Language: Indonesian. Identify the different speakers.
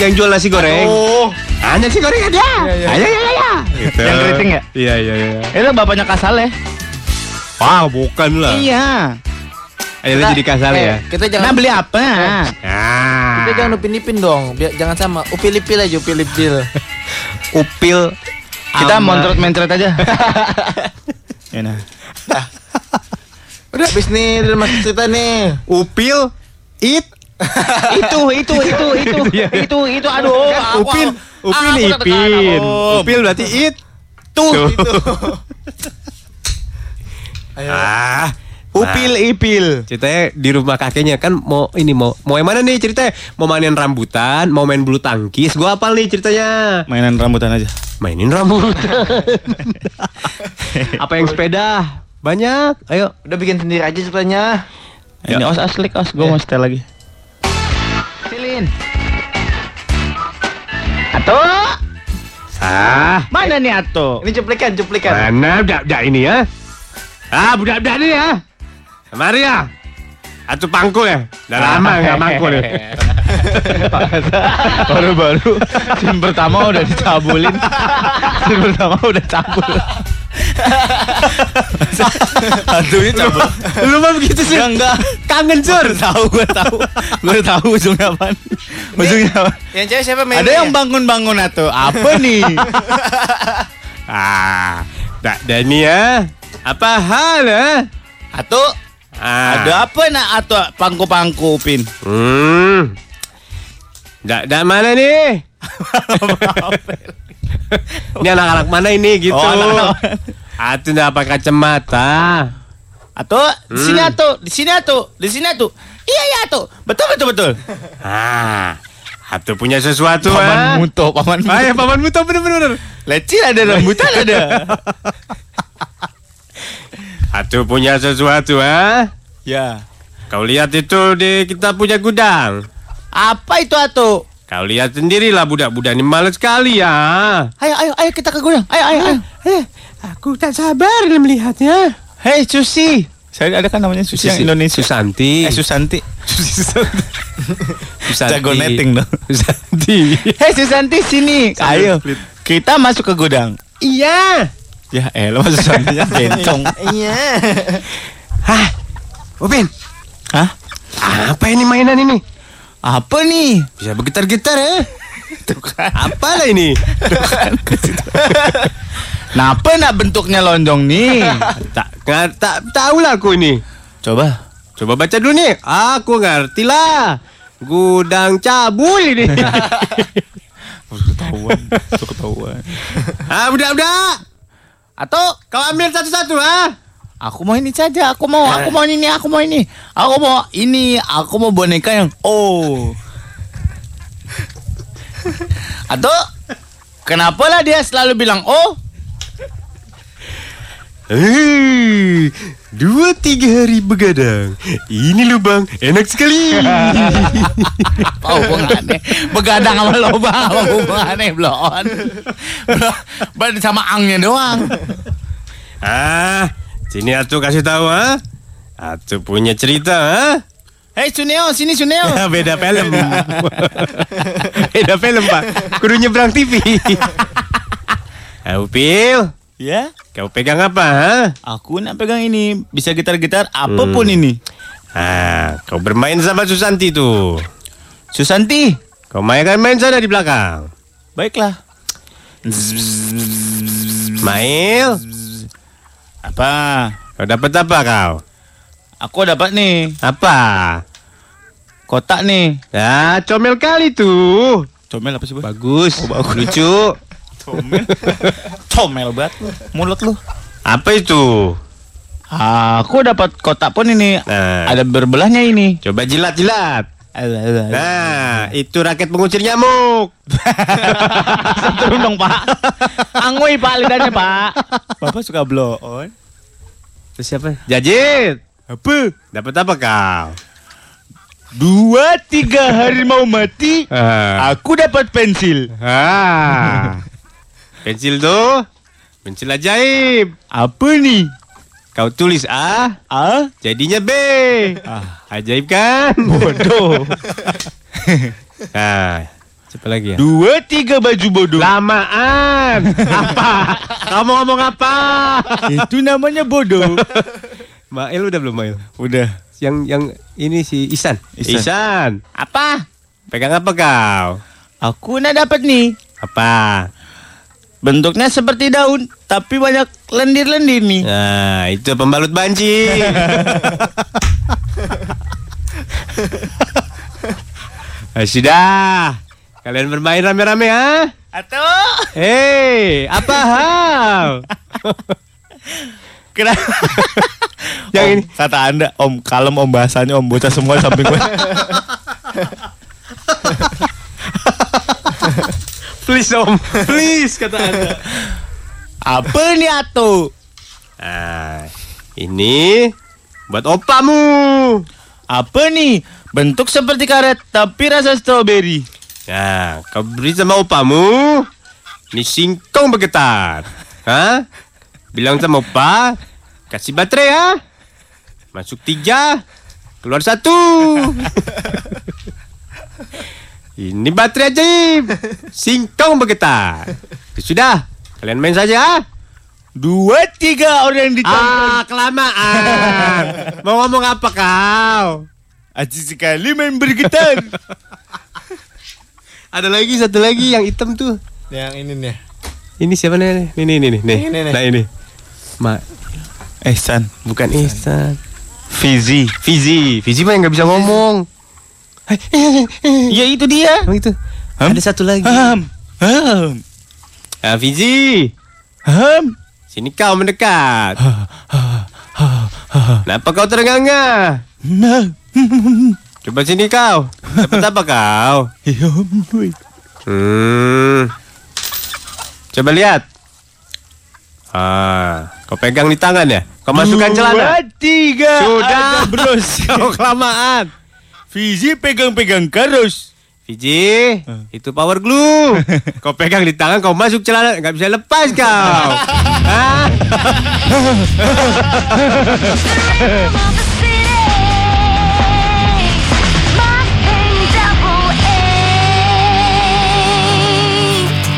Speaker 1: Yang jual nasi goreng.
Speaker 2: Oh,
Speaker 1: Ada nasi goreng ada.
Speaker 2: Iya, iya.
Speaker 1: Ada ya ya.
Speaker 2: gitu.
Speaker 3: Yang keriting ya?
Speaker 2: Iya, iya, iya.
Speaker 3: Itu bapaknya Kasal ya?
Speaker 2: Wah, bukan lah.
Speaker 3: Iya.
Speaker 1: Ada jadi kasar ya.
Speaker 4: Kita
Speaker 3: Nah
Speaker 4: jangan
Speaker 3: beli apa?
Speaker 5: Eh,
Speaker 2: Ah.
Speaker 4: kita jangan upin ipin dong. Biar, jangan sama upil ipil aja upil ipil.
Speaker 1: Upil.
Speaker 3: Kita
Speaker 1: Aman.
Speaker 3: montret-mentret aja. ya nah.
Speaker 4: Udah habis nih udah masuk cerita nih.
Speaker 2: Nah. Upil it
Speaker 3: itu itu itu itu
Speaker 5: Iya,
Speaker 3: itu itu aduh
Speaker 5: Kan
Speaker 3: aku-
Speaker 2: Upin,
Speaker 5: Ah,
Speaker 3: aku-
Speaker 2: Upin
Speaker 3: aku tertekan,
Speaker 2: Kan ipin.
Speaker 3: aku.
Speaker 2: Upil berarti it.
Speaker 4: Tuh,
Speaker 2: Tuh.
Speaker 4: itu. Ayo.
Speaker 2: Ah.
Speaker 1: Upil ipil.
Speaker 2: Ceritanya di rumah kakeknya kan mau ini mau mau yang mana nih ceritanya? Mau mainin rambutan, mau main bulu tangkis. Gua apal nih ceritanya?
Speaker 3: Mainan rambutan aja.
Speaker 2: Mainin rambutan. Apa yang sepeda? Banyak. Ayo.
Speaker 4: Udah bikin sendiri aja ceritanya.
Speaker 3: Ini os aslik os
Speaker 5: Iya.
Speaker 3: gue mau setel lagi. Silin. Ato,
Speaker 2: Ah.
Speaker 3: mana nih Ato?
Speaker 4: Ini cuplikan, cuplikan.
Speaker 2: Mana budak-budak ini ya? Ah, budak-budak ini ya. Mari ya. Atu pangku ya. Udah lama nggak mangku nih.
Speaker 3: Baru-baru scene pertama udah dicabulin. Scene pertama udah cabul.
Speaker 5: Hantunya cabut.
Speaker 2: Lu mah begitu sih.
Speaker 5: Enggak, enggak.
Speaker 2: Kangen sur.
Speaker 5: Tahu gue tahu. Gue tahu ujungnya apa. Ujungnya apa?
Speaker 4: Yang cewek siapa main?
Speaker 5: Ada yang
Speaker 3: ya?
Speaker 5: bangun-bangun atau apa nih?
Speaker 2: Ah, Dak Dani ya. Apa hal ya?
Speaker 5: Atau
Speaker 2: Ah.
Speaker 5: ada apa nak atau pangku-pangku Upin?
Speaker 2: Hmm. Dak dak mana nih? ini anak-anak mana ini gitu?
Speaker 5: Oh, anak-anak.
Speaker 2: Atu ndak pakai kacamata.
Speaker 5: Atau di sini atau di sini atau di sini atau iya iya atau betul betul betul.
Speaker 2: Ah. Atu punya sesuatu ah.
Speaker 5: Paman Muto, Paman
Speaker 2: Ayo
Speaker 5: Muto.
Speaker 2: paman muto bener-bener.
Speaker 5: Lecin ada rambutan ada.
Speaker 2: Atu punya sesuatu ah.
Speaker 5: Ya.
Speaker 2: Kau lihat itu di kita punya gudang.
Speaker 5: Apa itu atau?
Speaker 2: Kau lihat sendirilah budak-budak ini males sekali ya.
Speaker 5: Ayo ayo ayo kita ke gudang. Ayo ayo ayo.
Speaker 2: Eh, Aku tak sabar melihatnya.
Speaker 5: Hei Susi. Saya ada kan namanya Susi, yang Indonesia.
Speaker 2: Susanti.
Speaker 5: Eh Susanti.
Speaker 2: Susanti.
Speaker 5: Jago netting dong.
Speaker 2: Susanti.
Speaker 5: Hei Susanti sini. Ayo. Kita masuk ke gudang.
Speaker 2: iya.
Speaker 5: Ya eh lo masuk Susantinya bencong.
Speaker 4: Iya.
Speaker 2: Hah. Upin.
Speaker 5: Hah?
Speaker 2: Apa ini mainan ini?
Speaker 5: Apa nih?
Speaker 2: Bisa bergetar-getar ya?
Speaker 5: Tuh kan.
Speaker 2: Apalah ini?
Speaker 5: Nah, apa nak bentuknya lonjong nih?
Speaker 2: tak nggak- tak tahulah aku ini.
Speaker 5: Coba.
Speaker 2: Coba baca dulu nih. Aku ngerti lah. Gudang cabul ini.
Speaker 5: Ketahuan, tuh ketahuan.
Speaker 2: ah, budak-budak.
Speaker 5: Atau
Speaker 2: Kau ambil satu-satu ah.
Speaker 5: aku mau ini saja, aku mau, aku mau ini, aku mau ini. Aku mau ini, aku mau boneka yang oh. Atau kenapa lah dia selalu bilang oh?
Speaker 2: Hei, Eh, dua tiga hari begadang. Ini lubang enak sekali.
Speaker 5: Apa hubungannya? Begadang sama lobang apa hubungannya? Blon. Blon sama angnya doang.
Speaker 2: ah, sini atu kasih tahu ah. Atu punya cerita ah.
Speaker 5: Hei Suneo, sini Suneo.
Speaker 2: Beda film. Beda film pak. Kudu nyebrang TV. Kau pil,
Speaker 5: Ya.
Speaker 2: kau pegang apa? ah?
Speaker 5: Aku nak pegang ini Bisa gitar-gitar apapun ini
Speaker 2: Ah, kau bermain sama Susanti tuh.
Speaker 5: Susanti
Speaker 2: Kau main kan main sana di belakang.
Speaker 5: Baiklah
Speaker 2: Mail,
Speaker 5: Apa?
Speaker 2: kau dapat apa kau?
Speaker 5: Aku dapat nih
Speaker 2: Apa?
Speaker 5: Kotak nih
Speaker 2: Ah, comel kali tuh.
Speaker 5: Comel apa sih Bang?
Speaker 2: Bagus, lucu.
Speaker 5: Comel Comel banget lu. Mulut lu
Speaker 2: Apa itu?
Speaker 5: Aku dapat kotak pun ini
Speaker 2: Nah.
Speaker 5: Ada berbelahnya ini
Speaker 2: Coba jilat-jilat.
Speaker 5: Eh.
Speaker 2: Nah, itu raket pengucir nyamuk.
Speaker 3: Turun dong pak. Angui pak lidahnya pak.
Speaker 5: Bapak suka blow on
Speaker 2: Terus siapa? Jajit.
Speaker 5: Apa?
Speaker 2: Dapat apa kau?
Speaker 5: Dua tiga hari mau mati
Speaker 2: Ah.
Speaker 5: Aku dapat pensil
Speaker 2: Ah. Pensil tuh. Pensil ajaib.
Speaker 5: Apa nih?
Speaker 2: Kau tulis A,
Speaker 5: Ah?
Speaker 2: Ah. jadinya B. Ajaib kan?
Speaker 5: Bodoh
Speaker 2: Nah,
Speaker 1: Siapa lagi ya?
Speaker 3: Dua tiga baju bodoh.
Speaker 2: lamaan. apa? Kamu ngomong apa?
Speaker 3: itu namanya bodoh.
Speaker 2: Mail udah belum Mail?
Speaker 3: Udah.
Speaker 2: Yang yang ini si Isan.
Speaker 3: Isan.
Speaker 5: Apa?
Speaker 2: Pegang apa kau?
Speaker 5: Aku nak dapat nih.
Speaker 2: Apa?
Speaker 5: Bentuknya seperti daun, tapi banyak lendir-lendir nih.
Speaker 3: Ya,
Speaker 2: Nah, itu pembalut banci. Ah, Sudah. Kalian bermain rame-rame ya?
Speaker 5: Atau
Speaker 2: Hei, apa hal?
Speaker 3: Kenapa?
Speaker 2: Yang
Speaker 3: Om,
Speaker 2: ini.
Speaker 3: kata anda om kalem om bahasanya om bocah semua di samping gue
Speaker 2: Please om, please kata anda.
Speaker 5: apa nih atau?
Speaker 2: Ah, ini buat opamu.
Speaker 3: apa nih bentuk seperti karet tapi rasa strawberry
Speaker 2: Nah, kau beri sama opamu. Ini singkong bergetar. Hah? Bilang sama opa, kasih baterai ya. Masuk tiga, keluar satu. Ini baterai ajaib. Singkong bergetar. Ya Sudah, kalian main saja ya.
Speaker 3: dua tiga orang di
Speaker 2: Ah, kelamaan. Mau ngomong apa kau?
Speaker 3: Ah. Aji sekali main bergetar
Speaker 2: Ada lagi satu lagi yang hitam tuh.
Speaker 4: Yang ini nih.
Speaker 2: Ini siapa nih? Ini, ini, ini, nih.
Speaker 4: Ini, nih.
Speaker 2: Nah ini. Ma,
Speaker 3: eh san
Speaker 2: bukan Ihsan. Fizi, Fizi, Fizi Eh, mah yang nggak bisa ngomong.
Speaker 5: Ya itu dia.
Speaker 2: Emang Oh, itu.
Speaker 3: Hah?
Speaker 2: Ada satu lagi.
Speaker 3: ham ham
Speaker 2: Ah, Fizi,
Speaker 3: ham
Speaker 2: sini kau mendekat. Kenapa kau terengah-engah?
Speaker 3: nah
Speaker 2: Coba sini kau. Dapat apa kau?
Speaker 3: ya ampun
Speaker 2: Hmm. Coba lihat. Ah, kau pegang di tangan ya? Kau masukkan
Speaker 3: Dua,
Speaker 2: celana.
Speaker 3: tiga
Speaker 2: Sudah.
Speaker 3: ada bros
Speaker 2: Kau kelamaan.
Speaker 3: Fizi pegang-pegang karos
Speaker 2: Fiji, itu power glue. Kau pegang di tangan, kau masuk celana, nggak bisa lepas Ah. kau. Hah?
Speaker 6: I'm on the